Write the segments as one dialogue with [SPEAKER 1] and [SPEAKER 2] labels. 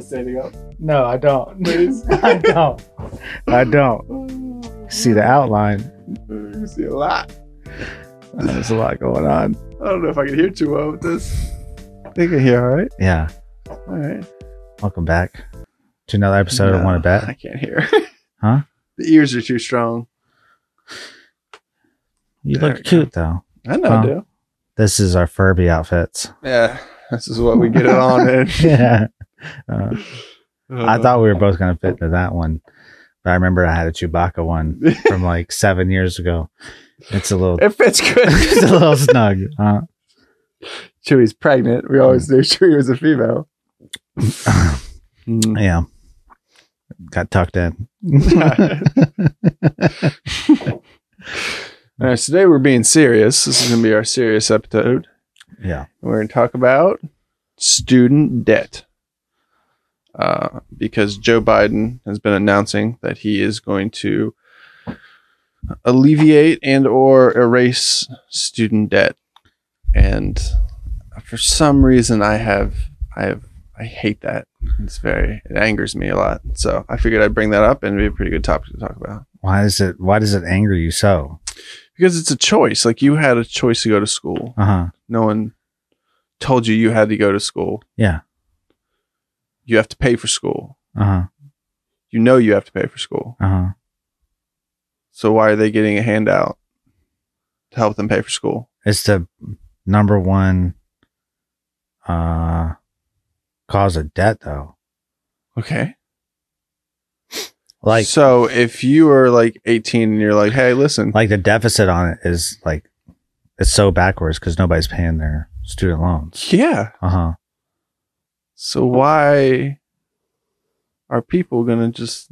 [SPEAKER 1] standing up,
[SPEAKER 2] No, I don't.
[SPEAKER 1] please?
[SPEAKER 2] I don't. I don't see the outline. uh,
[SPEAKER 1] You see a lot.
[SPEAKER 2] There's a lot going on.
[SPEAKER 1] I don't know if I can hear too well with this.
[SPEAKER 2] They can hear, all right. Yeah.
[SPEAKER 1] All right.
[SPEAKER 2] Welcome back to another episode of
[SPEAKER 1] No,
[SPEAKER 2] One to
[SPEAKER 1] I
[SPEAKER 2] Bet.
[SPEAKER 1] can't hear.
[SPEAKER 2] Huh?
[SPEAKER 1] The ears are too strong.
[SPEAKER 2] You
[SPEAKER 1] There
[SPEAKER 2] look
[SPEAKER 1] we go.
[SPEAKER 2] cute though.
[SPEAKER 1] I know,
[SPEAKER 2] Huh.
[SPEAKER 1] dude.
[SPEAKER 2] This is our Furby outfits.
[SPEAKER 1] Yeah, this is what we get it on Uh, in.
[SPEAKER 2] yeah. Uh, I thought we were both gonna fit into that one, but I remember I had a Chewbacca one from like seven years ago. It's a little,
[SPEAKER 1] it fits
[SPEAKER 2] it's a
[SPEAKER 1] good.
[SPEAKER 2] little snug. Huh?
[SPEAKER 1] Chewie's pregnant. We always knew Chewie was a female. Mm.
[SPEAKER 2] Yeah. Got tucked in.
[SPEAKER 1] All right, so today we're being serious. This is going to be our serious episode.
[SPEAKER 2] Yeah.
[SPEAKER 1] We're going to talk about student debt. Uh, because Joe Biden has been announcing that he is going to alleviate and or erase student debt. And for some reason I have I have I hate that. It's very it angers me a lot. So I figured I'd bring that up and it'd be a pretty good topic to talk about.
[SPEAKER 2] Why is it? Why does it anger you so?
[SPEAKER 1] Because it's a choice. Like you had a choice to go to school.
[SPEAKER 2] Uh huh.
[SPEAKER 1] No one told you you had to go to school.
[SPEAKER 2] Yeah.
[SPEAKER 1] You have to pay for school.
[SPEAKER 2] Uh huh.
[SPEAKER 1] You know you have to pay for school.
[SPEAKER 2] Uh huh.
[SPEAKER 1] So why are they getting a handout to help them pay for school?
[SPEAKER 2] It's the number one uh cause of debt, though.
[SPEAKER 1] Okay.
[SPEAKER 2] Like,
[SPEAKER 1] so if you are like 18 and you're like, "Hey, listen,
[SPEAKER 2] like the deficit on it is like it's so backwards because nobody's paying their student loans.
[SPEAKER 1] yeah.
[SPEAKER 2] Uh huh.
[SPEAKER 1] So why are people going to just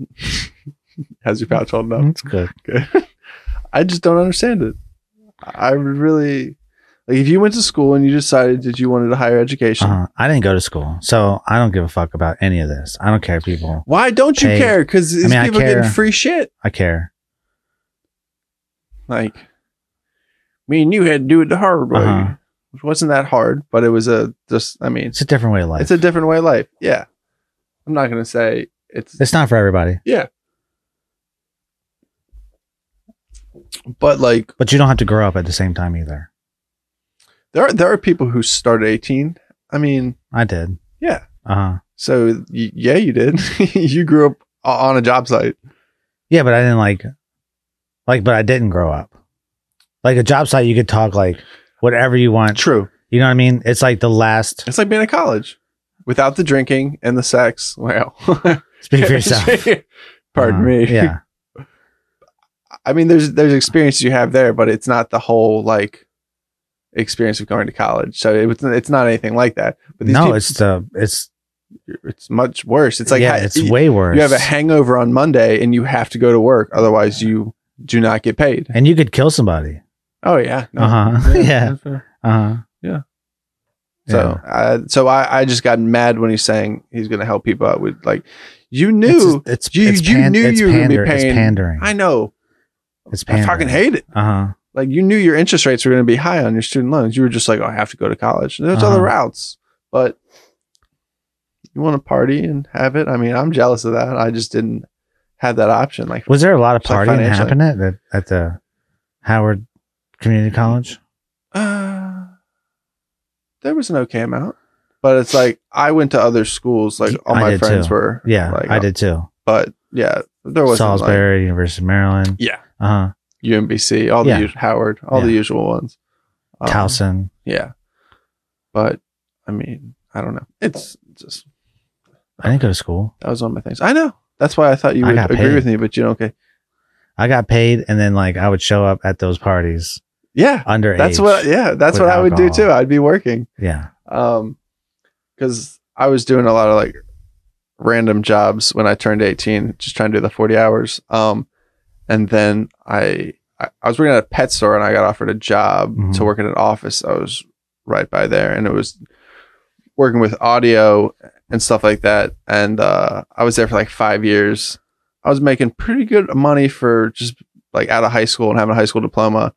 [SPEAKER 1] has your pouch holding up?
[SPEAKER 2] That's good.
[SPEAKER 1] I just don't understand it. I really like if you went to school and you decided that you wanted a higher education.
[SPEAKER 2] Uh-huh. I didn't go to school, so I don't give a fuck about any of this. I don't care, people.
[SPEAKER 1] Why don't you
[SPEAKER 2] Hey,
[SPEAKER 1] care? Because these
[SPEAKER 2] mean, I
[SPEAKER 1] people getting
[SPEAKER 2] care.
[SPEAKER 1] free shit.
[SPEAKER 2] I care.
[SPEAKER 1] Like me and you had to do it the hard way,
[SPEAKER 2] Uh-huh.
[SPEAKER 1] which wasn't that hard, but it was a just. I mean,
[SPEAKER 2] It's a different way of life.
[SPEAKER 1] it's a different way of life. Yeah, I'm not gonna say it's,
[SPEAKER 2] it's not for everybody,
[SPEAKER 1] but like
[SPEAKER 2] but you don't have to grow up at the same time either.
[SPEAKER 1] there are there are people who start at 18. I mean,
[SPEAKER 2] I did.
[SPEAKER 1] Yeah.
[SPEAKER 2] Uh huh.
[SPEAKER 1] so y- yeah, you did. you grew up o- on a job site.
[SPEAKER 2] Yeah, but I didn't like, like, but I didn't grow up. Like a job site, you could talk like whatever you want.
[SPEAKER 1] True.
[SPEAKER 2] You know what I mean? It's like the last.
[SPEAKER 1] It's like being at college without the drinking and the sex. Wow.
[SPEAKER 2] Speak for yourself.
[SPEAKER 1] Pardon
[SPEAKER 2] Uh,
[SPEAKER 1] me.
[SPEAKER 2] Yeah,
[SPEAKER 1] I mean, there's there's experiences you have there, but it's not the whole like experience of going to college. So it, was- it's not anything like that. But these
[SPEAKER 2] no,
[SPEAKER 1] people,
[SPEAKER 2] it's the it's
[SPEAKER 1] it's much worse. It's like
[SPEAKER 2] yeah,
[SPEAKER 1] ha-
[SPEAKER 2] it's
[SPEAKER 1] you,
[SPEAKER 2] way worse.
[SPEAKER 1] you have a hangover on Monday and you have to go to work, otherwise you do not get paid.
[SPEAKER 2] and you could kill somebody.
[SPEAKER 1] Oh yeah. No.
[SPEAKER 2] Uh huh. Yeah.
[SPEAKER 1] that's fair.
[SPEAKER 2] Uh huh.
[SPEAKER 1] Yeah. So,
[SPEAKER 2] yeah.
[SPEAKER 1] uh, so I, I just got mad when he's saying he's going to help people out with like, you knew,
[SPEAKER 2] it's it's,
[SPEAKER 1] You-
[SPEAKER 2] it's
[SPEAKER 1] you
[SPEAKER 2] pan-
[SPEAKER 1] knew
[SPEAKER 2] it's
[SPEAKER 1] you were gonna be
[SPEAKER 2] pander-
[SPEAKER 1] paying-
[SPEAKER 2] It's pandering.
[SPEAKER 1] I know,
[SPEAKER 2] it's
[SPEAKER 1] I
[SPEAKER 2] pandering.
[SPEAKER 1] fucking hate it.
[SPEAKER 2] Uh huh.
[SPEAKER 1] like you knew your interest rates were going to be high on your student loans. You were just like, oh, I have to go to college. And there's other
[SPEAKER 2] Uh-huh.
[SPEAKER 1] routes, but you want to party and have it. I mean, I'm jealous of that. I just didn't have that option. Like,
[SPEAKER 2] Was there a lot of
[SPEAKER 1] It's like
[SPEAKER 2] partying
[SPEAKER 1] financially.
[SPEAKER 2] happening at the, at the Howard Community College?
[SPEAKER 1] uh, there was an okay amount, but it's like I went to other schools. Like all
[SPEAKER 2] I
[SPEAKER 1] my
[SPEAKER 2] did
[SPEAKER 1] friends
[SPEAKER 2] too.
[SPEAKER 1] were.
[SPEAKER 2] Yeah,
[SPEAKER 1] like, uh,
[SPEAKER 2] I did too.
[SPEAKER 1] But yeah, there was
[SPEAKER 2] Salisbury, University of Maryland.
[SPEAKER 1] yeah,
[SPEAKER 2] Uh
[SPEAKER 1] UMBC, all
[SPEAKER 2] Yeah.
[SPEAKER 1] the us- Howard, all the
[SPEAKER 2] Yeah.
[SPEAKER 1] usual ones.
[SPEAKER 2] huh.
[SPEAKER 1] Um,
[SPEAKER 2] Towson.
[SPEAKER 1] Yeah, but I mean, I don't know. It's just.
[SPEAKER 2] I didn't go to school.
[SPEAKER 1] That was one of my things. I know. That's why I thought you
[SPEAKER 2] I
[SPEAKER 1] would
[SPEAKER 2] got
[SPEAKER 1] agree
[SPEAKER 2] paid.
[SPEAKER 1] with me, but you don't. Okay.
[SPEAKER 2] I got paid, and then like I would show up at those parties
[SPEAKER 1] Yeah.
[SPEAKER 2] underage.
[SPEAKER 1] That's what, yeah, that's
[SPEAKER 2] With
[SPEAKER 1] what I would do
[SPEAKER 2] alcohol.
[SPEAKER 1] too. I'd be working.
[SPEAKER 2] Yeah.
[SPEAKER 1] Um, cause I was doing a lot of like random jobs when I turned 18, just trying to do the 40 hours. Um, and then I, I, I was working at a pet store and I got offered a job
[SPEAKER 2] Mhm.
[SPEAKER 1] to work in an office. I was right by there and it was working with audio and stuff like that. And, uh, I was there for like five years. I was making pretty good money for just like out of high school and having a high school diploma.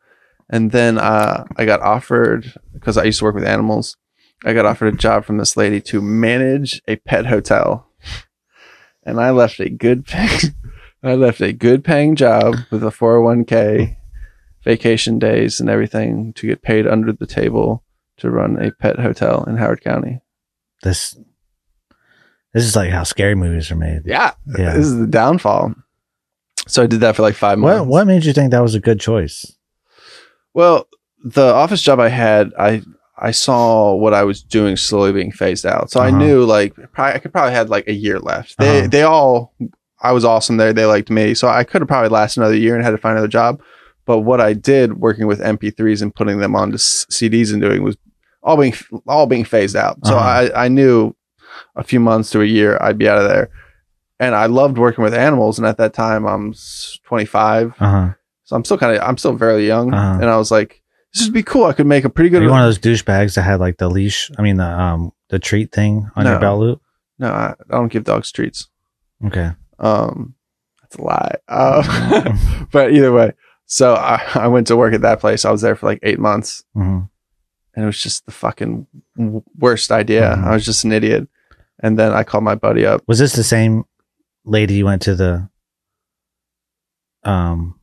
[SPEAKER 1] And then, uh, I got offered cause I used to work with animals. I got offered a job from this lady to manage a pet hotel. and I left a good paying, I left a good paying job with a 401k, vacation days and everything to get paid under the table to run a pet hotel in Howard County.
[SPEAKER 2] This this is like how scary movies are made.
[SPEAKER 1] Yeah,
[SPEAKER 2] Yeah.
[SPEAKER 1] this is the downfall. So I did that for like five months.
[SPEAKER 2] What what made you think that was a good choice?
[SPEAKER 1] Well, the office job I had, I I saw what I was doing slowly being phased out. So I
[SPEAKER 2] Uh-huh.
[SPEAKER 1] knew like probably, I could probably had like a year left. They
[SPEAKER 2] Uh-huh.
[SPEAKER 1] they all I was awesome there. They liked me, so I could have probably lasted another year and had to find another job. But what I did working with MP3s and putting them onto s- CDs and doing was all being all being phased out. So
[SPEAKER 2] Uh-huh.
[SPEAKER 1] I I knew a few months to a year I'd be out of there. And I loved working with animals. And at that time, I'm s- 25.
[SPEAKER 2] Uh
[SPEAKER 1] So I'm still kind of, I'm still very young.
[SPEAKER 2] Uh-huh.
[SPEAKER 1] And I was like, this would be cool. I could make a pretty
[SPEAKER 2] huh.
[SPEAKER 1] good.
[SPEAKER 2] you one of those douchebags that had like the leash? I mean the um the treat thing on
[SPEAKER 1] No.
[SPEAKER 2] your belt loop.
[SPEAKER 1] no, I, I don't give dogs treats.
[SPEAKER 2] Okay.
[SPEAKER 1] Um, that's a lie. Uh, but either way, so I, I went to work at that place. I was there for like eight months
[SPEAKER 2] hmm
[SPEAKER 1] and it was just the fucking w- worst idea.
[SPEAKER 2] Mhm.
[SPEAKER 1] I was just an idiot. And then I called my buddy up.
[SPEAKER 2] Was this the same lady you went to the um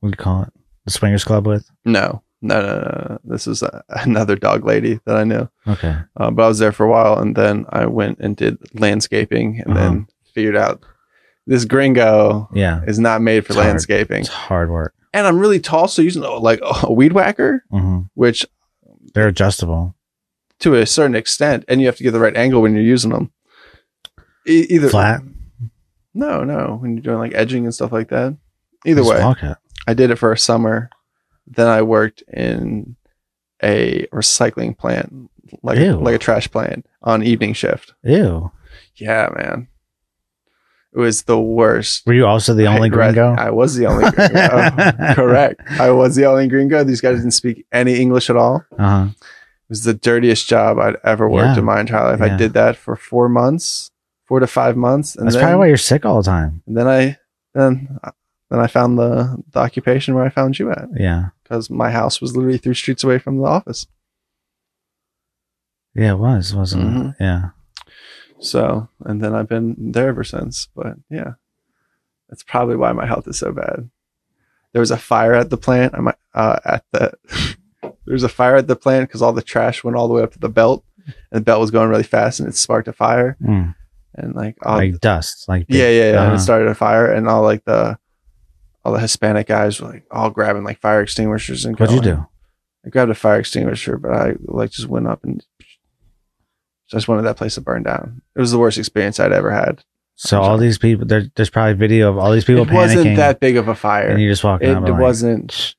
[SPEAKER 2] what do you call it? The swingers club with?
[SPEAKER 1] No, no, no, no. no. This is uh another dog lady that I knew.
[SPEAKER 2] Okay.
[SPEAKER 1] Uh, but I was there for a while, and then I went and did landscaping,
[SPEAKER 2] Uh-huh.
[SPEAKER 1] and then figured out this gringo
[SPEAKER 2] Yeah.
[SPEAKER 1] is not made for
[SPEAKER 2] It's hard.
[SPEAKER 1] landscaping.
[SPEAKER 2] It's hard work.
[SPEAKER 1] And I'm really tall, so using uh, like a weed whacker,
[SPEAKER 2] hmm
[SPEAKER 1] which
[SPEAKER 2] They're adjustable.
[SPEAKER 1] to a certain extent, and you have to get the right angle when you're using them. E- either
[SPEAKER 2] Flat.
[SPEAKER 1] No, no. When you're doing like edging and stuff like that. Either
[SPEAKER 2] Just
[SPEAKER 1] way,
[SPEAKER 2] walk it.
[SPEAKER 1] I did it for a summer. Then I worked in a recycling plant, like a,
[SPEAKER 2] Ew.
[SPEAKER 1] like a trash plant, on evening shift.
[SPEAKER 2] Ew.
[SPEAKER 1] Yeah, man. It was the worst.
[SPEAKER 2] Were you also the only
[SPEAKER 1] I regret-
[SPEAKER 2] gringo?
[SPEAKER 1] I was the only gringo. Oh, Correct. I was the only gringo. These guys didn't speak any English at all.
[SPEAKER 2] Uh-huh.
[SPEAKER 1] It was the dirtiest job I'd ever worked
[SPEAKER 2] Yeah.
[SPEAKER 1] in my entire life. I
[SPEAKER 2] Yeah.
[SPEAKER 1] did that for four months, four to five months, and
[SPEAKER 2] That's
[SPEAKER 1] then
[SPEAKER 2] probably why you're sick all the time.
[SPEAKER 1] and then I then then I found the, the occupation where I found you at
[SPEAKER 2] Yeah.
[SPEAKER 1] because my house was literally three streets away from the office.
[SPEAKER 2] Yeah, it was, wasn't
[SPEAKER 1] Mhm.
[SPEAKER 2] it? Yeah.
[SPEAKER 1] So and then I've been there ever since. But yeah, that's probably why my health is so bad. There was a fire at the plant. I might uh, at the there was a fire at the plant because all the trash went all the way up to the belt, and the belt was going really fast, and it sparked a fire.
[SPEAKER 2] Mm.
[SPEAKER 1] And like, all
[SPEAKER 2] Like dust. Like
[SPEAKER 1] yeah, yeah, yeah. And
[SPEAKER 2] Uh-huh.
[SPEAKER 1] it started a fire, and all like the all the Hispanic guys were like all grabbing like fire extinguishers and.
[SPEAKER 2] What'd you
[SPEAKER 1] going.
[SPEAKER 2] do?
[SPEAKER 1] I grabbed a fire extinguisher, but I like just went up and just wanted that place to burn down. It was the worst experience I'd ever had.
[SPEAKER 2] So all these people there, there's probably video of all these people
[SPEAKER 1] it
[SPEAKER 2] panicking.
[SPEAKER 1] wasn't that big of a fire.
[SPEAKER 2] and
[SPEAKER 1] It,
[SPEAKER 2] you just walking
[SPEAKER 1] it
[SPEAKER 2] up and like,
[SPEAKER 1] wasn't.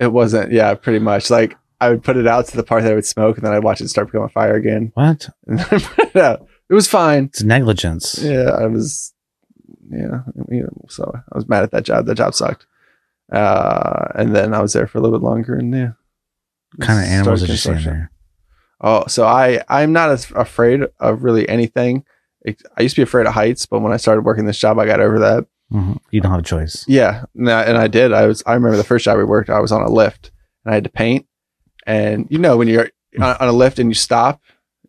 [SPEAKER 1] It wasn't. Yeah, pretty much. Like I would put it out to the part that I would smoke, and then I'd watch it start becoming a fire again.
[SPEAKER 2] What?
[SPEAKER 1] And then I put it out. It was fine.
[SPEAKER 2] It's negligence.
[SPEAKER 1] Yeah, I was. Yeah, I mean, so I was mad at that job. That job sucked. Uh, and then I was there for a little bit longer, and yeah,
[SPEAKER 2] What kind of animals did you see in
[SPEAKER 1] Construction.
[SPEAKER 2] there?
[SPEAKER 1] Oh, so I I'm not as afraid of really anything. Ex- I used to be afraid of heights, but when I started working this job, I got over that.
[SPEAKER 2] Mhm. You don't have a choice.
[SPEAKER 1] Yeah, and I, and I did. I was I remember the first job we worked. I was on a lift and I had to paint, and you know when you're on, on a lift and you stop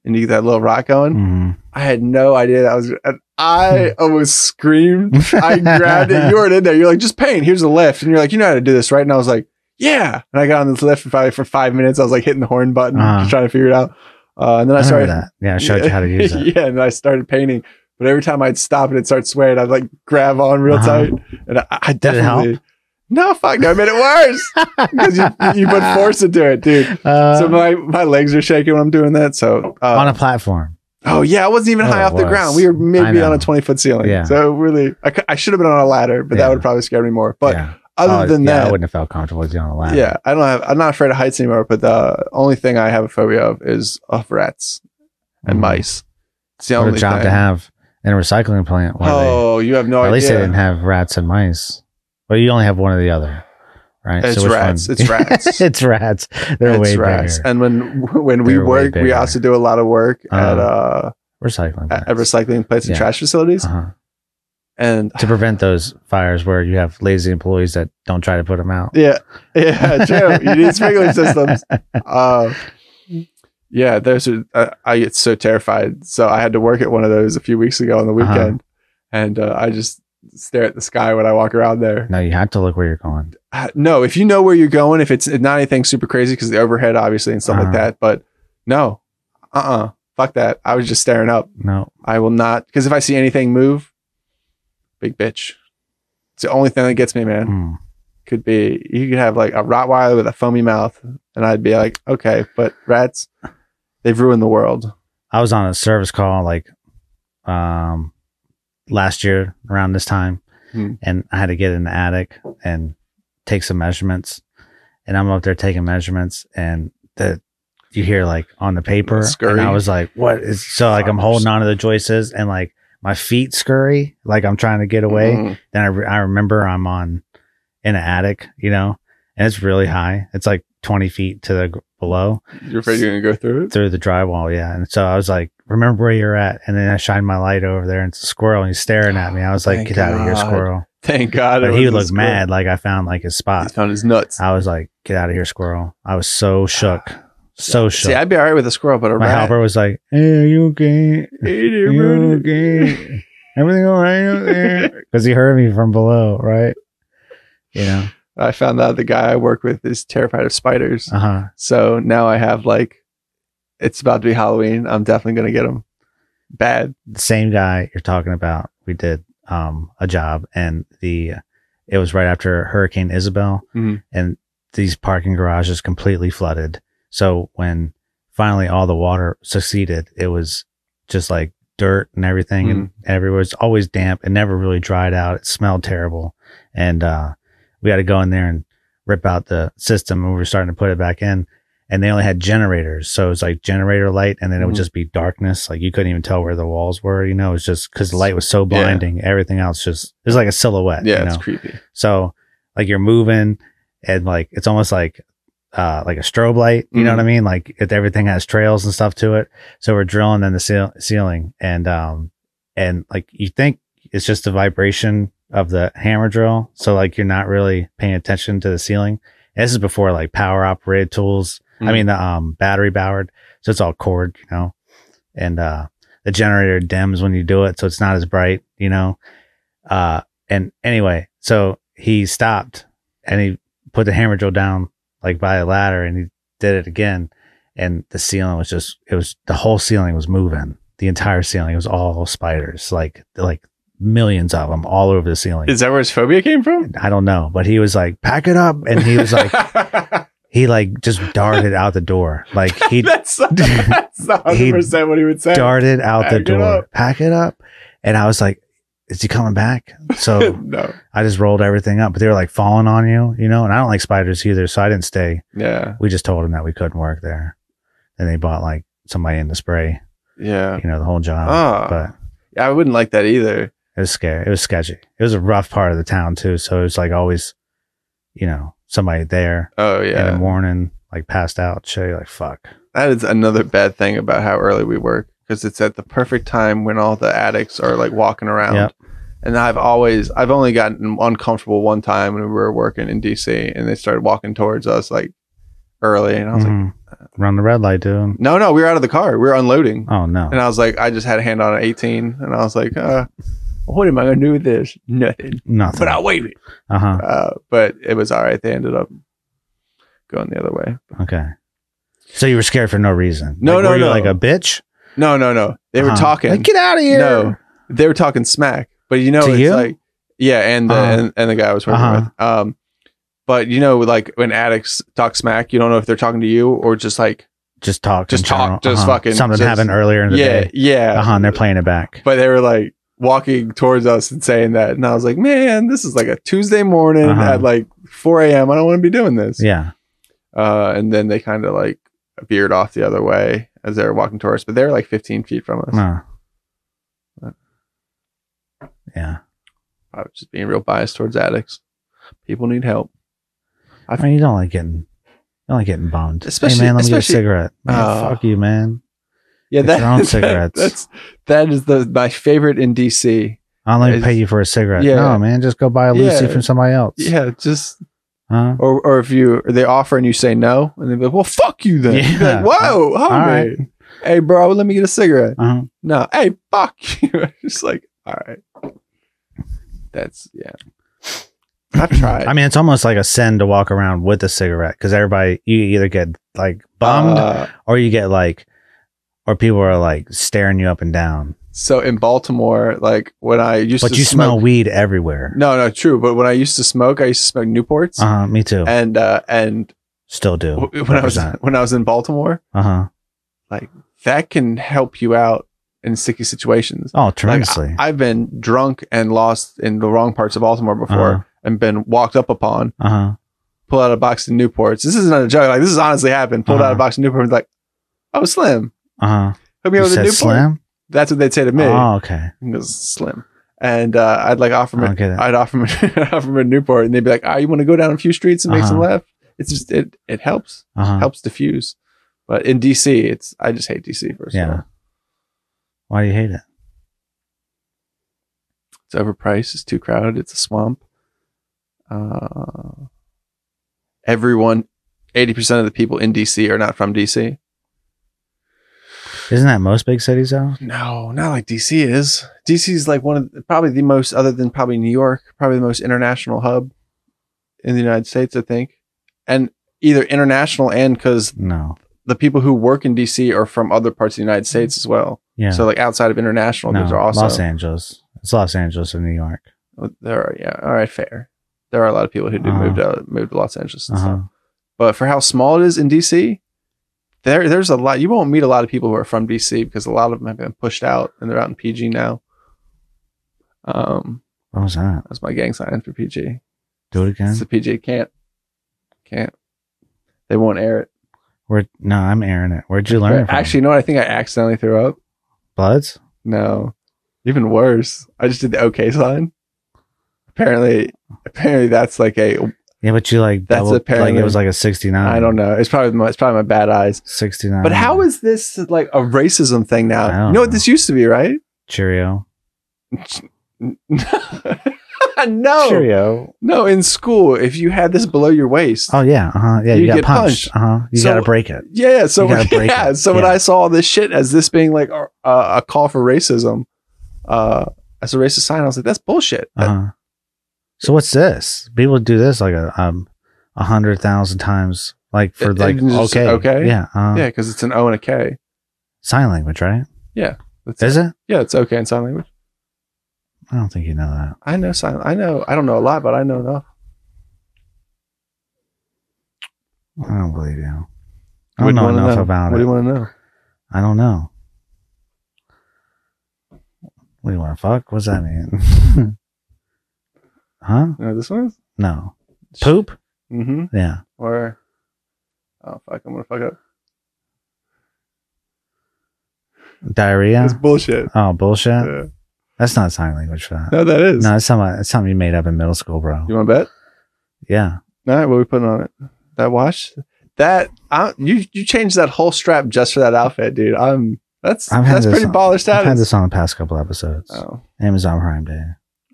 [SPEAKER 1] and you get that little rock going.
[SPEAKER 2] Mhm.
[SPEAKER 1] I had no idea that was. And I
[SPEAKER 2] Hmm.
[SPEAKER 1] almost screamed. I grabbed it. You were in there. You're like, just paint. Here's a lift, and you're like, you know how to do this, right? And I was like, yeah. And I got on this lift for probably for five minutes. I was like hitting the horn button,
[SPEAKER 2] Uh-huh.
[SPEAKER 1] just trying to figure it out. Uh, and then I,
[SPEAKER 2] I remember
[SPEAKER 1] started
[SPEAKER 2] that. Yeah, I showed you how to use it.
[SPEAKER 1] yeah, and then I started painting. But every time I'd stop and it'd start sweating, I'd like grab on real
[SPEAKER 2] Uh-huh.
[SPEAKER 1] tight. And I, I
[SPEAKER 2] it help?
[SPEAKER 1] definitely. No, fuck no. I made it worse because you, you put force into it, dude.
[SPEAKER 2] Uh,
[SPEAKER 1] so my, my legs are shaking when I'm doing that. So, uh,
[SPEAKER 2] on a platform.
[SPEAKER 1] oh, yeah, I wasn't even
[SPEAKER 2] Oh,
[SPEAKER 1] high
[SPEAKER 2] it
[SPEAKER 1] off the
[SPEAKER 2] was.
[SPEAKER 1] ground. We were
[SPEAKER 2] I
[SPEAKER 1] maybe
[SPEAKER 2] know.
[SPEAKER 1] on a 20 foot ceiling.
[SPEAKER 2] Yeah.
[SPEAKER 1] So, really, I, cou- I should have been on a ladder, but that
[SPEAKER 2] Yeah.
[SPEAKER 1] would have probably scared me more. But
[SPEAKER 2] Yeah.
[SPEAKER 1] other
[SPEAKER 2] Oh,
[SPEAKER 1] than
[SPEAKER 2] yeah, I
[SPEAKER 1] that,
[SPEAKER 2] wouldn't have felt comfortable with you on a ladder.
[SPEAKER 1] yeah, I don't have, I'm not afraid of heights anymore. But the only thing I have a phobia of is of rats and
[SPEAKER 2] Mhm.
[SPEAKER 1] mice. It's the
[SPEAKER 2] What
[SPEAKER 1] only
[SPEAKER 2] a job
[SPEAKER 1] thing.
[SPEAKER 2] to have in a recycling plant. Where
[SPEAKER 1] Oh, you have no
[SPEAKER 2] they, at
[SPEAKER 1] idea.
[SPEAKER 2] least they didn't have rats and mice. Well, you only have one or the other, right?
[SPEAKER 1] It's
[SPEAKER 2] which
[SPEAKER 1] rats.
[SPEAKER 2] one-
[SPEAKER 1] It's rats.
[SPEAKER 2] it's rats.
[SPEAKER 1] It's
[SPEAKER 2] They're way
[SPEAKER 1] rats.
[SPEAKER 2] bigger.
[SPEAKER 1] And when when we
[SPEAKER 2] They're way
[SPEAKER 1] work, we
[SPEAKER 2] bigger.
[SPEAKER 1] also do a lot of work at
[SPEAKER 2] Uh,
[SPEAKER 1] uh
[SPEAKER 2] Recycling
[SPEAKER 1] at
[SPEAKER 2] plants.
[SPEAKER 1] at recycling places and
[SPEAKER 2] Yeah.
[SPEAKER 1] trash facilities.
[SPEAKER 2] Uh-huh.
[SPEAKER 1] And
[SPEAKER 2] To prevent those fires where you have lazy employees that don't try to put them out.
[SPEAKER 1] yeah, yeah, true. you need sprinkler systems. Uh, Yeah, those are. I, I get so terrified. So I had to work at one of those a few weeks ago on the
[SPEAKER 2] Uh-huh.
[SPEAKER 1] weekend, and uh, I just stare at the sky when I walk around there.
[SPEAKER 2] No, you have to look where you're going.
[SPEAKER 1] Uh, no, if you know where you're going, if it's not anything super crazy because the overhead, obviously, and stuff like
[SPEAKER 2] Uh-huh.
[SPEAKER 1] that. But no, uh, uh fuck that. I was just staring up.
[SPEAKER 2] No,
[SPEAKER 1] I will not because if I see anything move, big bitch. It's the only thing that gets me, man.
[SPEAKER 2] Mm.
[SPEAKER 1] Could be you could have like a Rottweiler with a foamy mouth, and I'd be like, okay, but rats, they've ruined the world.
[SPEAKER 2] I was on a service call like um last year around this time,
[SPEAKER 1] Hmm.
[SPEAKER 2] and I had to get in the attic and take some measurements. And I'm up there taking measurements, and the you hear like on the paper, and
[SPEAKER 1] Scurry.
[SPEAKER 2] I was like, "What is?" So like I'm
[SPEAKER 1] Fuckers.
[SPEAKER 2] holding onto the joists, and like my feet scurry, like I'm trying to get away.
[SPEAKER 1] Mm.
[SPEAKER 2] then I, re- I remember I'm on in an attic, you know, and it's really high. It's like 20 feet to the gr- below
[SPEAKER 1] You're afraid you're gonna go through it?
[SPEAKER 2] through the drywall. Yeah. And so I was like, remember where you're at. And then I shine my light over there and it's a squirrel and he's staring at me. I was like,
[SPEAKER 1] Thank
[SPEAKER 2] get out of here,
[SPEAKER 1] Oh God.
[SPEAKER 2] squirrel.
[SPEAKER 1] Thank God.
[SPEAKER 2] But
[SPEAKER 1] it
[SPEAKER 2] he
[SPEAKER 1] was a
[SPEAKER 2] looked
[SPEAKER 1] squirrel.
[SPEAKER 2] mad. Like I found like his
[SPEAKER 1] He
[SPEAKER 2] spot.
[SPEAKER 1] found his nuts.
[SPEAKER 2] I was like, get out of here, squirrel. I was so shook. So
[SPEAKER 1] Ah. See,
[SPEAKER 2] shook.
[SPEAKER 1] I'd be all right with a squirrel, but a
[SPEAKER 2] My
[SPEAKER 1] rat.
[SPEAKER 2] helper was like, hey, are you okay?
[SPEAKER 1] Hey there,
[SPEAKER 2] Are you
[SPEAKER 1] Rudy.
[SPEAKER 2] okay? Everything all right out there? Because he heard me from below, right? You know?
[SPEAKER 1] I found out the guy I work with is terrified of spiders.
[SPEAKER 2] Uh huh.
[SPEAKER 1] So now I have like, it's about to be Halloween. I'm definitely gonna get them. Bad.
[SPEAKER 2] the same guy you're talking about we did um a job and the it was right after hurricane isabel
[SPEAKER 1] Mhm.
[SPEAKER 2] and these parking garages completely flooded so when finally all the water succeeded it was just like dirt and everything and everywhere was always damp it never really dried out it smelled terrible and uh we had to go in there and rip out the system and we were starting to put it back in and they only had generators so it was like generator light and then it would
[SPEAKER 1] Mhm.
[SPEAKER 2] just be darkness like you couldn't even tell where the walls were you know it's just because the light was so
[SPEAKER 1] Yeah.
[SPEAKER 2] blinding everything else just it was like a silhouette
[SPEAKER 1] Yeah,
[SPEAKER 2] you know?
[SPEAKER 1] it's creepy.
[SPEAKER 2] so like you're moving and like it's almost like uh like a strobe light you know what i mean like it, everything has trails and stuff to it so we're drilling in the ceil- ceiling and um and like you think it's just the vibration of the hammer drill so like you're not really paying attention to the ceiling And this is before like power operated tools i
[SPEAKER 1] Mm.
[SPEAKER 2] mean the um battery powered so it's all cord you know and uh the generator dims when you do it so it's not as bright you know uh and anyway so he stopped and he put the hammer drill down like by a ladder and he did it again and the ceiling was just it was the whole ceiling was moving the entire ceiling it was all spiders like like millions of them all over the ceiling
[SPEAKER 1] Is that where his phobia came from?
[SPEAKER 2] i don't know but he was like pack it up and he was like he like just darted out the door like he
[SPEAKER 1] that's that's a
[SPEAKER 2] He
[SPEAKER 1] hundred percent what he would say.
[SPEAKER 2] darted out the
[SPEAKER 1] Pack it
[SPEAKER 2] door
[SPEAKER 1] up.
[SPEAKER 2] pack it up and i was like is he coming back so
[SPEAKER 1] no,
[SPEAKER 2] I just rolled everything up, but they were like falling on you, you know, and I don't like spiders either. So I didn't stay.
[SPEAKER 1] yeah,
[SPEAKER 2] We just told them that we couldn't work there. And they bought like somebody in the spray,
[SPEAKER 1] yeah.
[SPEAKER 2] you know, the whole job.
[SPEAKER 1] Ah,
[SPEAKER 2] but
[SPEAKER 1] yeah, I wouldn't like that either.
[SPEAKER 2] it was scary. It was sketchy. It was a rough part of the town too. So it was like always, you know, somebody there
[SPEAKER 1] Oh
[SPEAKER 2] in the
[SPEAKER 1] yeah,
[SPEAKER 2] morning, like passed out. So you're like, fuck.
[SPEAKER 1] that is another bad thing about how early we work because it's at the perfect time when all the addicts are like walking around.
[SPEAKER 2] Yep.
[SPEAKER 1] And I've always, I've only gotten uncomfortable one time when we were working in DC and they started walking towards us like early, and I was like,
[SPEAKER 2] Mhm. Run the red light, dude.
[SPEAKER 1] no, no, we were out of the car, we were unloading.
[SPEAKER 2] Oh, no.
[SPEAKER 1] And I was like, I just had a hand on an 18, and I was like, uh, what am I gonna do with this? Nothing.
[SPEAKER 2] Nothing.
[SPEAKER 1] But I'll wave it.
[SPEAKER 2] Uh huh.
[SPEAKER 1] Uh, but it was all right. They ended up going the other way.
[SPEAKER 2] Okay. So you were scared for no reason.
[SPEAKER 1] No,
[SPEAKER 2] Like,
[SPEAKER 1] no,
[SPEAKER 2] were you
[SPEAKER 1] no.
[SPEAKER 2] Like a bitch.
[SPEAKER 1] No, no, no. They were
[SPEAKER 2] Uh-huh.
[SPEAKER 1] talking.
[SPEAKER 2] Like, get out of here.
[SPEAKER 1] No. they were talking smack. But you know,
[SPEAKER 2] To
[SPEAKER 1] it's
[SPEAKER 2] you?
[SPEAKER 1] like yeah, and the
[SPEAKER 2] Uh-huh.
[SPEAKER 1] and, and the guy I was working
[SPEAKER 2] Uh-huh.
[SPEAKER 1] with. Um, but you know, like when addicts talk smack, you don't know if they're talking to you or just like
[SPEAKER 2] just talk,
[SPEAKER 1] Just
[SPEAKER 2] in
[SPEAKER 1] talk,
[SPEAKER 2] general.
[SPEAKER 1] just
[SPEAKER 2] Uh-huh.
[SPEAKER 1] fucking-
[SPEAKER 2] something
[SPEAKER 1] just-
[SPEAKER 2] happened earlier in the
[SPEAKER 1] yeah,
[SPEAKER 2] day.
[SPEAKER 1] yeah.
[SPEAKER 2] Uh huh. They're playing it back.
[SPEAKER 1] But they were like walking towards us and saying that, and I was like, man, this is like a Tuesday morning
[SPEAKER 2] Uh-huh.
[SPEAKER 1] at like 4 a.m. I don't want to be doing this.
[SPEAKER 2] Yeah.
[SPEAKER 1] Uh, and then they kind of like veered off the other way as they were walking towards us, but they were like 15 feet from us.
[SPEAKER 2] Uh. Yeah.
[SPEAKER 1] I was just being real biased towards addicts. People need help.
[SPEAKER 2] I mean, you don't like getting, you don't like getting boned.
[SPEAKER 1] Especially-
[SPEAKER 2] hey man, let me get a
[SPEAKER 1] especially-
[SPEAKER 2] cigarette. Man,
[SPEAKER 1] Oh.
[SPEAKER 2] fuck you, man.
[SPEAKER 1] Yeah,
[SPEAKER 2] Get your own cigarettes.
[SPEAKER 1] that's that is the my favorite in DC.
[SPEAKER 2] I'll let me
[SPEAKER 1] It's-
[SPEAKER 2] pay you for a cigarette.
[SPEAKER 1] Yeah.
[SPEAKER 2] No, man, just go buy a Lucy
[SPEAKER 1] Yeah.
[SPEAKER 2] from somebody else.
[SPEAKER 1] Yeah, just
[SPEAKER 2] Uh,
[SPEAKER 1] Or, or if you or they offer and you say no, and they're like, "Well, fuck you then." You'd be
[SPEAKER 2] Yeah.
[SPEAKER 1] like, Whoa,
[SPEAKER 2] all
[SPEAKER 1] homie.
[SPEAKER 2] right.
[SPEAKER 1] Hey, bro, let me get a cigarette.
[SPEAKER 2] Uh-huh.
[SPEAKER 1] No, hey, fuck you. Just like, all right. That's yeah. I've tried.
[SPEAKER 2] I mean, it's almost like a sin to walk around with a cigarette because everybody, you either get like bummed
[SPEAKER 1] Uh,
[SPEAKER 2] or you get like, or people are like staring you up and down.
[SPEAKER 1] so in Baltimore, like when I used
[SPEAKER 2] But
[SPEAKER 1] to
[SPEAKER 2] you
[SPEAKER 1] smoke,
[SPEAKER 2] smell weed everywhere.
[SPEAKER 1] No, no, true. But when I used to smoke, I used to smoke Newports,
[SPEAKER 2] Uh huh. Me too.
[SPEAKER 1] and uh, and
[SPEAKER 2] Still do.
[SPEAKER 1] w- when I was when I was in Baltimore,
[SPEAKER 2] uh huh.
[SPEAKER 1] that can help you out in sticky situations.
[SPEAKER 2] Oh, tremendously.
[SPEAKER 1] I've been drunk and lost in the wrong parts of Baltimore before,
[SPEAKER 2] Uh-huh.
[SPEAKER 1] and been walked up upon.
[SPEAKER 2] Uh huh.
[SPEAKER 1] Pull out a box of Newports. This isn't a joke. Like this has honestly happened. Pulled out a
[SPEAKER 2] Uh-huh.
[SPEAKER 1] box of Newports. Like, oh, Slim,
[SPEAKER 2] Uh huh.
[SPEAKER 1] hook me
[SPEAKER 2] You
[SPEAKER 1] up with a
[SPEAKER 2] said
[SPEAKER 1] Newport.
[SPEAKER 2] slim.
[SPEAKER 1] That's what they'd say to me.
[SPEAKER 2] Oh, okay.
[SPEAKER 1] It was Slim, and uh, I'd like offer
[SPEAKER 2] I
[SPEAKER 1] him.
[SPEAKER 2] don't get it.
[SPEAKER 1] I'd offer him, I'd offer him a Newport, and they'd be like, "Ah, you want to go down a few streets and make some
[SPEAKER 2] Uh-huh.
[SPEAKER 1] left?" It's just it. It helps.
[SPEAKER 2] Uh huh.
[SPEAKER 1] helps diffuse. But in DC, it's I just hate DC first. Yeah,
[SPEAKER 2] Yeah. Why do you hate it?
[SPEAKER 1] it's overpriced. It's too crowded. It's a swamp. Uh, everyone, eighty percent of the people in DC are not from DC.
[SPEAKER 2] Isn't that most big cities though?
[SPEAKER 1] No, not like DC is. DC is like one of the, probably the most, other than probably New York, probably the most international hub in the United States, I think. And either international and because
[SPEAKER 2] No.
[SPEAKER 1] the people who work in DC are from other parts of the United States as well.
[SPEAKER 2] Yeah.
[SPEAKER 1] So like outside of international,
[SPEAKER 2] no.
[SPEAKER 1] there's also
[SPEAKER 2] Los Angeles. It's Los Angeles and New York.
[SPEAKER 1] Well, There are, yeah. All right, fair. There are a lot of people who
[SPEAKER 2] Uh-huh.
[SPEAKER 1] do move to move to Los Angeles and
[SPEAKER 2] Uh huh.
[SPEAKER 1] stuff. But for how small it is in DC, there there's a lot. You won't meet a lot of people who are from DC because a lot of them have been pushed out and they're out in PG now. Um,
[SPEAKER 2] What was that?
[SPEAKER 1] that's my gang sign for PG.
[SPEAKER 2] Do it again.
[SPEAKER 1] It's the PG can't can't. They won't air it.
[SPEAKER 2] Where? No, I'm airing it. Where'd you learn it from?
[SPEAKER 1] Actually, you know what? I think I accidentally threw up.
[SPEAKER 2] Bloods.
[SPEAKER 1] No, even worse. I just did the OK sign. Apparently, apparently that's like a
[SPEAKER 2] Yeah, but you like
[SPEAKER 1] That's
[SPEAKER 2] double, like
[SPEAKER 1] apparently-
[SPEAKER 2] it was like a sixty nine.
[SPEAKER 1] I don't know. It's probably my, it's probably my bad eyes.
[SPEAKER 2] sixty nine.
[SPEAKER 1] But how is this like a racism thing
[SPEAKER 2] Oh.
[SPEAKER 1] now?
[SPEAKER 2] I don't
[SPEAKER 1] You know what
[SPEAKER 2] know.
[SPEAKER 1] this used to be, right?
[SPEAKER 2] Cheerio?
[SPEAKER 1] no,
[SPEAKER 2] Cheerio.
[SPEAKER 1] no. In school, if you had this below your waist,
[SPEAKER 2] Oh yeah, uh huh. Yeah,
[SPEAKER 1] You
[SPEAKER 2] you, got
[SPEAKER 1] get
[SPEAKER 2] punched. Uh huh. You
[SPEAKER 1] So-
[SPEAKER 2] got to break it.
[SPEAKER 1] yeah. yeah, So
[SPEAKER 2] You gotta break
[SPEAKER 1] yeah.
[SPEAKER 2] it.
[SPEAKER 1] So when
[SPEAKER 2] Yeah.
[SPEAKER 1] I saw this shit as this being like a, a call for racism, uh, as a racist sign, I was like, that's bullshit.
[SPEAKER 2] Uh huh. So what's this? People do this like a um a hundred thousand times, like for
[SPEAKER 1] It-
[SPEAKER 2] like
[SPEAKER 1] it's just
[SPEAKER 2] okay,
[SPEAKER 1] okay?
[SPEAKER 2] yeah, uh,
[SPEAKER 1] yeah, because it's an O and a K.
[SPEAKER 2] sign language, right?
[SPEAKER 1] That's
[SPEAKER 2] Is it?
[SPEAKER 1] Yeah, it's okay in sign language.
[SPEAKER 2] I don't think you know that.
[SPEAKER 1] I know sign. I know. I don't know a lot, but I know enough.
[SPEAKER 2] I don't believe you. I
[SPEAKER 1] What do
[SPEAKER 2] don't
[SPEAKER 1] you
[SPEAKER 2] know
[SPEAKER 1] wanna
[SPEAKER 2] enough about
[SPEAKER 1] What
[SPEAKER 2] it.
[SPEAKER 1] do you want to know?
[SPEAKER 2] I don't know. What do you want to fuck? What's that mean? huh?
[SPEAKER 1] You know what this one is
[SPEAKER 2] No. Poop?
[SPEAKER 1] Mm-hmm.
[SPEAKER 2] Yeah.
[SPEAKER 1] Or oh fuck, I'm gonna fuck up. It's
[SPEAKER 2] Diarrhea?
[SPEAKER 1] bullshit.
[SPEAKER 2] Oh, bullshit.
[SPEAKER 1] Yeah.
[SPEAKER 2] That's not sign language for that.
[SPEAKER 1] No, that is.
[SPEAKER 2] No, it's something, that's something you made up in middle school, bro.
[SPEAKER 1] You want to bet?
[SPEAKER 2] Yeah.
[SPEAKER 1] All right, what are we putting on it? That watch? That I, you you changed that whole strap just for that outfit, dude. I'm that's
[SPEAKER 2] I've had
[SPEAKER 1] that's
[SPEAKER 2] this
[SPEAKER 1] pretty
[SPEAKER 2] on-
[SPEAKER 1] baller
[SPEAKER 2] I've had
[SPEAKER 1] status.
[SPEAKER 2] this on the past couple episodes.
[SPEAKER 1] Oh.
[SPEAKER 2] Amazon Prime Day.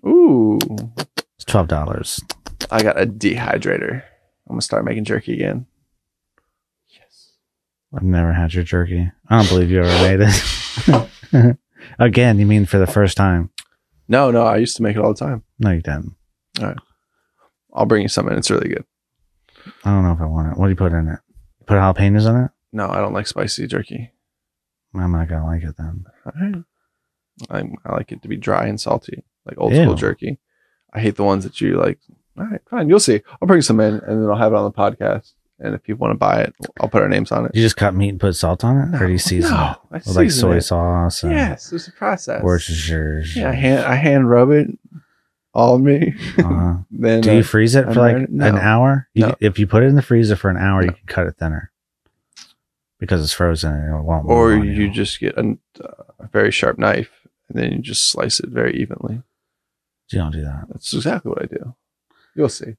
[SPEAKER 1] Ooh,
[SPEAKER 2] It's $12.
[SPEAKER 1] I got a dehydrator. I'm gonna start making jerky again. Yes.
[SPEAKER 2] I've never had your jerky. I don't believe you ever made it. Again, you mean for the first time?
[SPEAKER 1] No, no, I used to make it all the time.
[SPEAKER 2] No, you didn't.
[SPEAKER 1] I'll bring you some, and it's really good.
[SPEAKER 2] I don't know if I want it. What do you put in it? Put jalapenos in it?
[SPEAKER 1] No, I don't like spicy jerky.
[SPEAKER 2] I'm not gonna like it then.
[SPEAKER 1] All right. I, I like it to be dry and salty, like old school
[SPEAKER 2] Ew.
[SPEAKER 1] jerky. I hate the ones that you like. All right, fine. You'll see. I'll bring some in, and then I'll have it on the podcast. And if people want to buy it, I'll put our names on it.
[SPEAKER 2] You just cut meat and put salt on it, or do you season
[SPEAKER 1] no,
[SPEAKER 2] it
[SPEAKER 1] I
[SPEAKER 2] with like
[SPEAKER 1] season
[SPEAKER 2] soy
[SPEAKER 1] it.
[SPEAKER 2] sauce? And
[SPEAKER 1] Yes, there's a process.
[SPEAKER 2] Worcestershire.
[SPEAKER 1] yeah, I hand I hand rub it, all me.
[SPEAKER 2] Uh-huh.
[SPEAKER 1] Then
[SPEAKER 2] Do
[SPEAKER 1] uh,
[SPEAKER 2] you freeze it
[SPEAKER 1] I
[SPEAKER 2] for like
[SPEAKER 1] marinate- no.
[SPEAKER 2] an hour? You,
[SPEAKER 1] No.
[SPEAKER 2] If you put it in the freezer for an hour, you
[SPEAKER 1] No.
[SPEAKER 2] can cut it thinner because it's frozen and it won't. move
[SPEAKER 1] or
[SPEAKER 2] on
[SPEAKER 1] you
[SPEAKER 2] you.
[SPEAKER 1] just get a, a very sharp knife, and then you just slice it very evenly.
[SPEAKER 2] you don't do that.
[SPEAKER 1] That's exactly what I do. You'll see.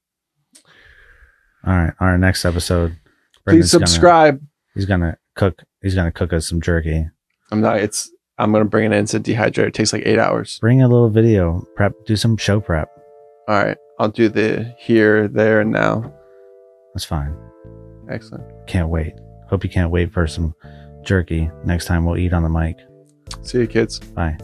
[SPEAKER 2] All right, our next episode.
[SPEAKER 1] Please
[SPEAKER 2] Brendan's gonna-
[SPEAKER 1] subscribe.
[SPEAKER 2] he's gonna cook. He's gonna cook us some jerky.
[SPEAKER 1] I'm not. It's. I'm gonna bring it in to dehydrate. It takes like eight hours.
[SPEAKER 2] Bring a little video prep. Do some show prep.
[SPEAKER 1] All right. I'll do the here, there, and now.
[SPEAKER 2] That's fine.
[SPEAKER 1] Excellent.
[SPEAKER 2] Can't wait. Hope you can't wait for some jerky next time we'll eat on the mic.
[SPEAKER 1] See you, kids.
[SPEAKER 2] Bye.